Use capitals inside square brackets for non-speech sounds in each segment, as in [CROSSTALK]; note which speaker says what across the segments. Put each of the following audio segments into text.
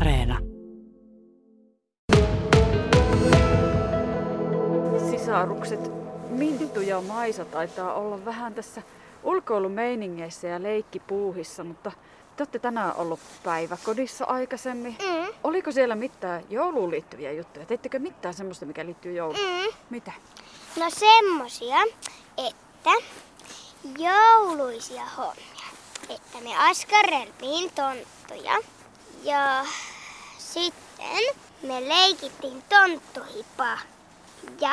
Speaker 1: Areena.
Speaker 2: sisarukset Mintu ja Maisa taitaa olla vähän tässä ulkoilumeiningeissä ja leikkipuuhissa, mutta te olette tänään ollut päiväkodissa aikaisemmin.
Speaker 3: Mm,
Speaker 2: Oliko siellä mitään jouluun liittyviä juttuja? Teittekö mitään semmoista, mikä liittyy jouluun?
Speaker 3: mm.
Speaker 2: Mitä?
Speaker 3: No semmosia, että jouluisia hommia. Että me askareltiin tonttuja ja sitten me leikittiin tonttuhipaa ja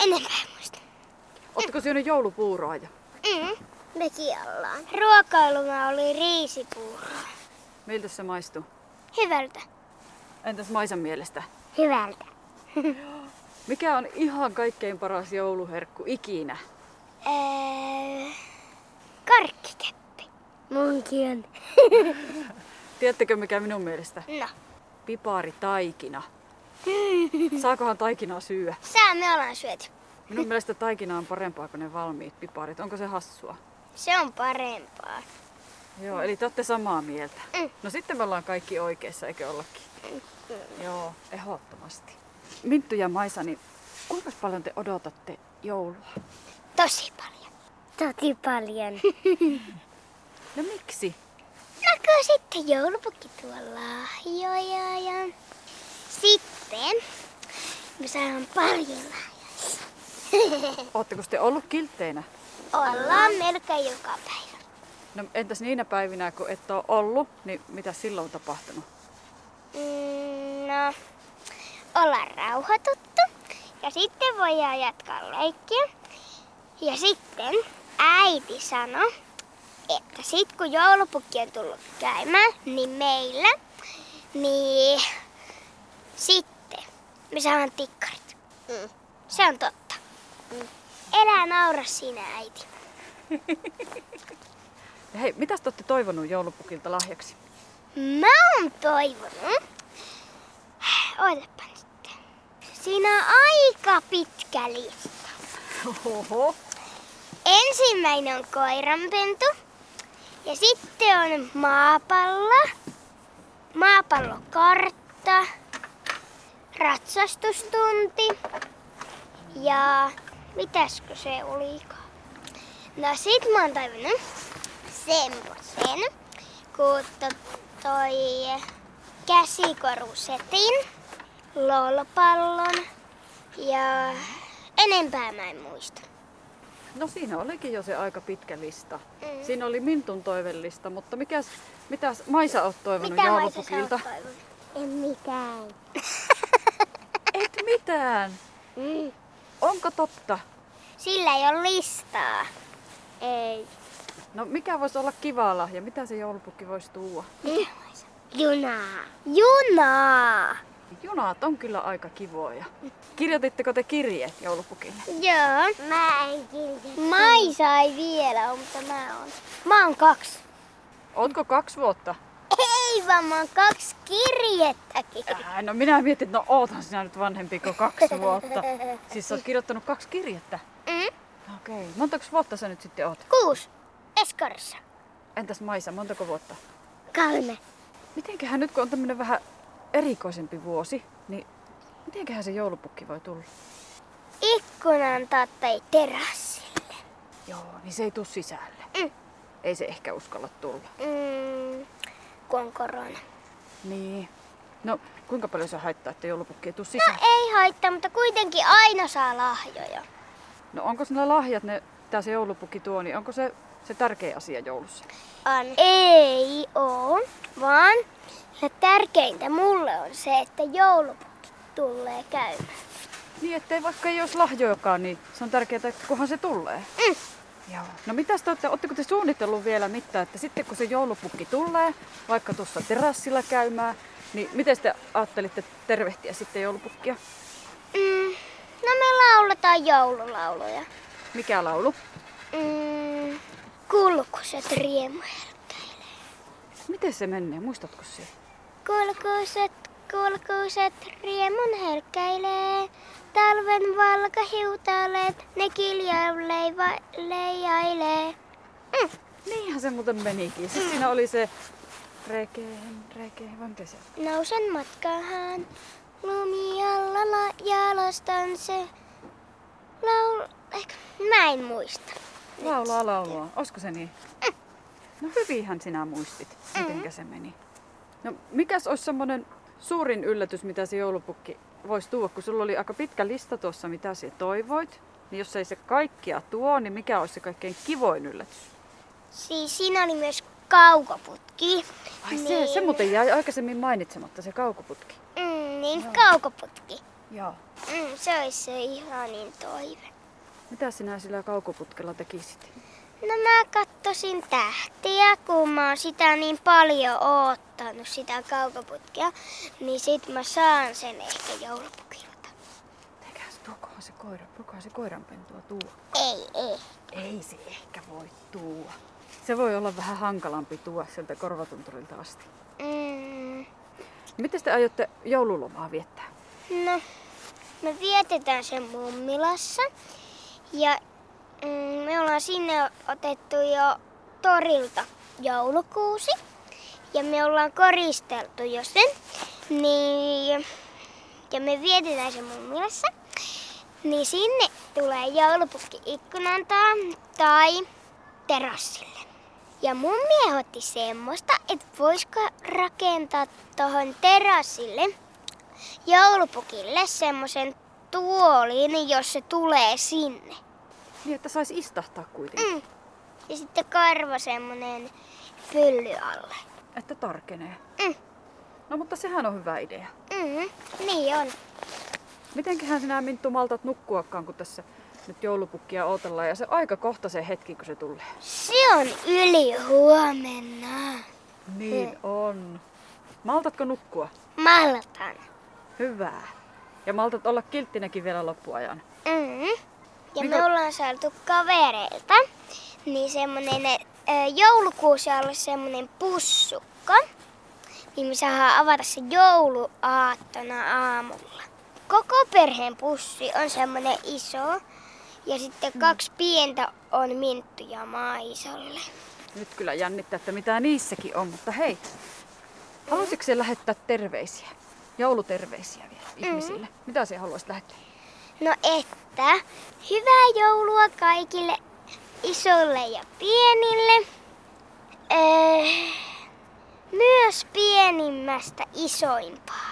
Speaker 3: enempää en muista.
Speaker 2: Oletteko syönyt joulupuuroa jo?
Speaker 3: Mm. Mekin ollaan. Ruokailuna oli riisipuuro.
Speaker 2: Miltä se maistuu?
Speaker 3: Hyvältä.
Speaker 2: Entäs Maisan mielestä?
Speaker 3: Hyvältä.
Speaker 2: Mikä on ihan kaikkein paras jouluherkku ikinä?
Speaker 3: Öö, karkkikeppi. Munkin on.
Speaker 2: Tiedättekö mikä minun mielestä?
Speaker 3: No,
Speaker 2: Pipari
Speaker 3: [LAUGHS]
Speaker 2: taikina. Saakohan taikinaa syyä?
Speaker 3: sää me ollaan syöty.
Speaker 2: Minun mielestä taikina on parempaa kuin ne valmiit piparit. Onko se hassua?
Speaker 3: Se on parempaa.
Speaker 2: Joo, eli te olette samaa mieltä.
Speaker 3: Mm.
Speaker 2: No sitten me ollaan kaikki oikeassa, eikö ollakin? Joo, ehdottomasti. Minttu ja Maisa, niin kuinka paljon te odotatte joulua?
Speaker 3: Tosi paljon. Tosi [LAUGHS] paljon.
Speaker 2: No miksi?
Speaker 3: no kun sitten joulupukki tuo lahjoja ja sitten me saadaan paljon lahjoja.
Speaker 2: Oletteko te ollut kiltteinä?
Speaker 3: Ollaan melkein joka päivä.
Speaker 2: No entäs niinä päivinä, kun et ole ollut, niin mitä silloin on tapahtunut?
Speaker 3: Mm, no, ollaan rauhoituttu ja sitten voidaan jatkaa leikkiä. Ja sitten äiti sanoi, että sit kun joulupukki on tullut käymään, niin meillä, niin sitten me saadaan tikkarit. Mm. Se on totta. Mm. Elää naura sinä äiti.
Speaker 2: Ja hei, mitä te olette toivonut joulupukilta lahjaksi?
Speaker 3: Mä oon toivonut. Ootapa nyt. Siinä on aika pitkä lista.
Speaker 2: Oho.
Speaker 3: Ensimmäinen on koiranpentu. Ja sitten on maapallo. Maapallokartta. Ratsastustunti. Ja mitäskö se olikaan? No sit mä oon toivonut semmosen, kun to, toi käsikorusetin, lolpallon ja enempää mä en muista.
Speaker 2: No siinä olikin jo se aika pitkä lista.
Speaker 3: Mm.
Speaker 2: Siinä oli Mintun toivellista, mutta mikäs, mitäs Maisa oot toivonut
Speaker 3: Mitä mä sä
Speaker 2: joulupukilta?
Speaker 3: En mitään.
Speaker 2: Et mitään.
Speaker 3: Mm.
Speaker 2: Onko totta?
Speaker 3: Sillä ei ole listaa. Ei.
Speaker 2: No mikä voisi olla kiva lahja? Mitä se joulupukki voisi tuua?
Speaker 3: Junaa. Junaa.
Speaker 2: Junat on kyllä aika kivoja. Kirjoititteko te kirjeet joulupukille?
Speaker 3: Joo. Mä en kirjoita. Maisa ei vielä ole, mutta mä oon. Mä oon kaksi.
Speaker 2: Ootko kaksi vuotta?
Speaker 3: Ei vaan mä oon kaksi kirjettäkin.
Speaker 2: Äh, no minä mietin, että no ootan sinä nyt vanhempi kuin kaksi vuotta. Siis sä oot kirjoittanut kaksi kirjettä?
Speaker 3: Mm?
Speaker 2: Okei. Okay. Montako vuotta sä nyt sitten oot?
Speaker 3: Kuusi. Eskarissa.
Speaker 2: Entäs Maisa, montako vuotta?
Speaker 3: Kolme.
Speaker 2: Mitenköhän nyt kun on tämmönen vähän erikoisempi vuosi, niin mitenköhän se joulupukki voi tulla?
Speaker 3: Ikkunan tai terassille.
Speaker 2: Joo, niin se ei tuu sisälle.
Speaker 3: Mm.
Speaker 2: Ei se ehkä uskalla tulla.
Speaker 3: Mm, kun on korona.
Speaker 2: Niin. No, kuinka paljon se haittaa, että joulupukki ei tuu
Speaker 3: No
Speaker 2: sisään?
Speaker 3: ei haittaa, mutta kuitenkin aina saa lahjoja.
Speaker 2: No onko sillä lahjat, ne, mitä se joulupukki tuo, niin onko se, se tärkeä asia joulussa?
Speaker 3: On. Ei oo, vaan ja tärkeintä mulle on se, että joulupukki tulee käymään.
Speaker 2: Niin, ettei vaikka ei olisi lahjojakaan, niin se on tärkeää, että kunhan se tulee.
Speaker 3: Mm.
Speaker 2: Joo. No mitäs te olette, ootteko te suunnitellut vielä mitään, että sitten kun se joulupukki tulee, vaikka tuossa terassilla käymään, niin miten te ajattelitte tervehtiä sitten joulupukkia?
Speaker 3: Mm, no me lauletaan joululauluja.
Speaker 2: Mikä laulu?
Speaker 3: Mm, kulkuset riemuherkkäilee.
Speaker 2: Miten se menee? Muistatko se?
Speaker 3: Kulkuset, kulkuset riemun herkkäilee. Talven valkahiutaleet, ne kiljaa leiva, leijailee.
Speaker 2: Niinhän se muuten menikin. Sitten siinä Siis oli se Rekeen, rekeen, vaan mitä se on?
Speaker 3: Nousen matkahan, lumialla jalastan se. Laul... Ehkä mä en muista.
Speaker 2: Laulaa laulua. Olisiko se niin? No hyvinhän sinä muistit, mitenkä se meni. No mikäs olisi semmoinen suurin yllätys, mitä se joulupukki voisi tuoda, kun sulla oli aika pitkä lista tuossa, mitä sinä toivoit. Niin jos ei se kaikkia tuo, niin mikä olisi se kaikkein kivoin yllätys?
Speaker 3: Siis siinä oli myös kaukoputki. Niin-
Speaker 2: Ai se, se muuten jäi aikaisemmin mainitsematta, se kaukoputki.
Speaker 3: Mm, niin kaukoputki.
Speaker 2: Joo.
Speaker 3: Mm, se olisi se ihanin toive.
Speaker 2: Mitä sinä sillä kaukoputkella tekisit?
Speaker 3: No mä kattosin tähtiä, kun mä oon sitä niin paljon oottanut, sitä kaukoputkea, niin sit mä saan sen ehkä joulupukilta.
Speaker 2: Tekäs tuokohan se koira, tuokohan se koiranpentua tuo.
Speaker 3: Ei, ei.
Speaker 2: Ei se ehkä voi tuua. Se voi olla vähän hankalampi tuua sieltä korvatunturilta asti.
Speaker 3: Mm,
Speaker 2: Miten te aiotte joululomaa viettää?
Speaker 3: no, me vietetään sen mummilassa ja mm, me ollaan sinne otettu jo torilta joulukuusi ja me ollaan koristeltu jo sen. Niin, ja me vietetään se mummilassa. Niin sinne tulee joulupukki ikkunan taa tai terassille. Ja mun miehotti semmoista, että voisiko rakentaa tuohon terassille joulupukille semmoisen tuolin, jos se tulee sinne.
Speaker 2: Niin, että saisi istahtaa kuitenkin. Mm.
Speaker 3: Ja sitten karva semmonen pylly alle.
Speaker 2: Että tarkenee.
Speaker 3: Mm.
Speaker 2: No mutta sehän on hyvä idea.
Speaker 3: Mm, niin on.
Speaker 2: Mitenköhän sinä Minttu maltat nukkuakaan, kun tässä nyt joulupukkia odotellaan ja se aika kohta se hetki, kun se tulee.
Speaker 3: Se on yli huomenna.
Speaker 2: Niin on. Maltatko nukkua?
Speaker 3: Maltan.
Speaker 2: Hyvää. Ja maltat olla kilttinäkin vielä loppuajan.
Speaker 3: Mm. Ja
Speaker 2: Mikä-
Speaker 3: me ollaan saatu kavereilta niin semmonen ö, joulukuussa ollut semmonen pussukka. Niin me saadaan avata se jouluaattona aamulla. Koko perheen pussi on semmonen iso. Ja sitten kaksi pientä on Minttu ja Maisolle.
Speaker 2: Nyt kyllä jännittää, että mitä niissäkin on, mutta hei. Haluaisitko sinä lähettää terveisiä? Jouluterveisiä vielä ihmisille. Mitä sinä haluaisit lähettää?
Speaker 3: No että, hyvää joulua kaikille isolle ja pienille. Öö, myös pienimmästä isoimpaa.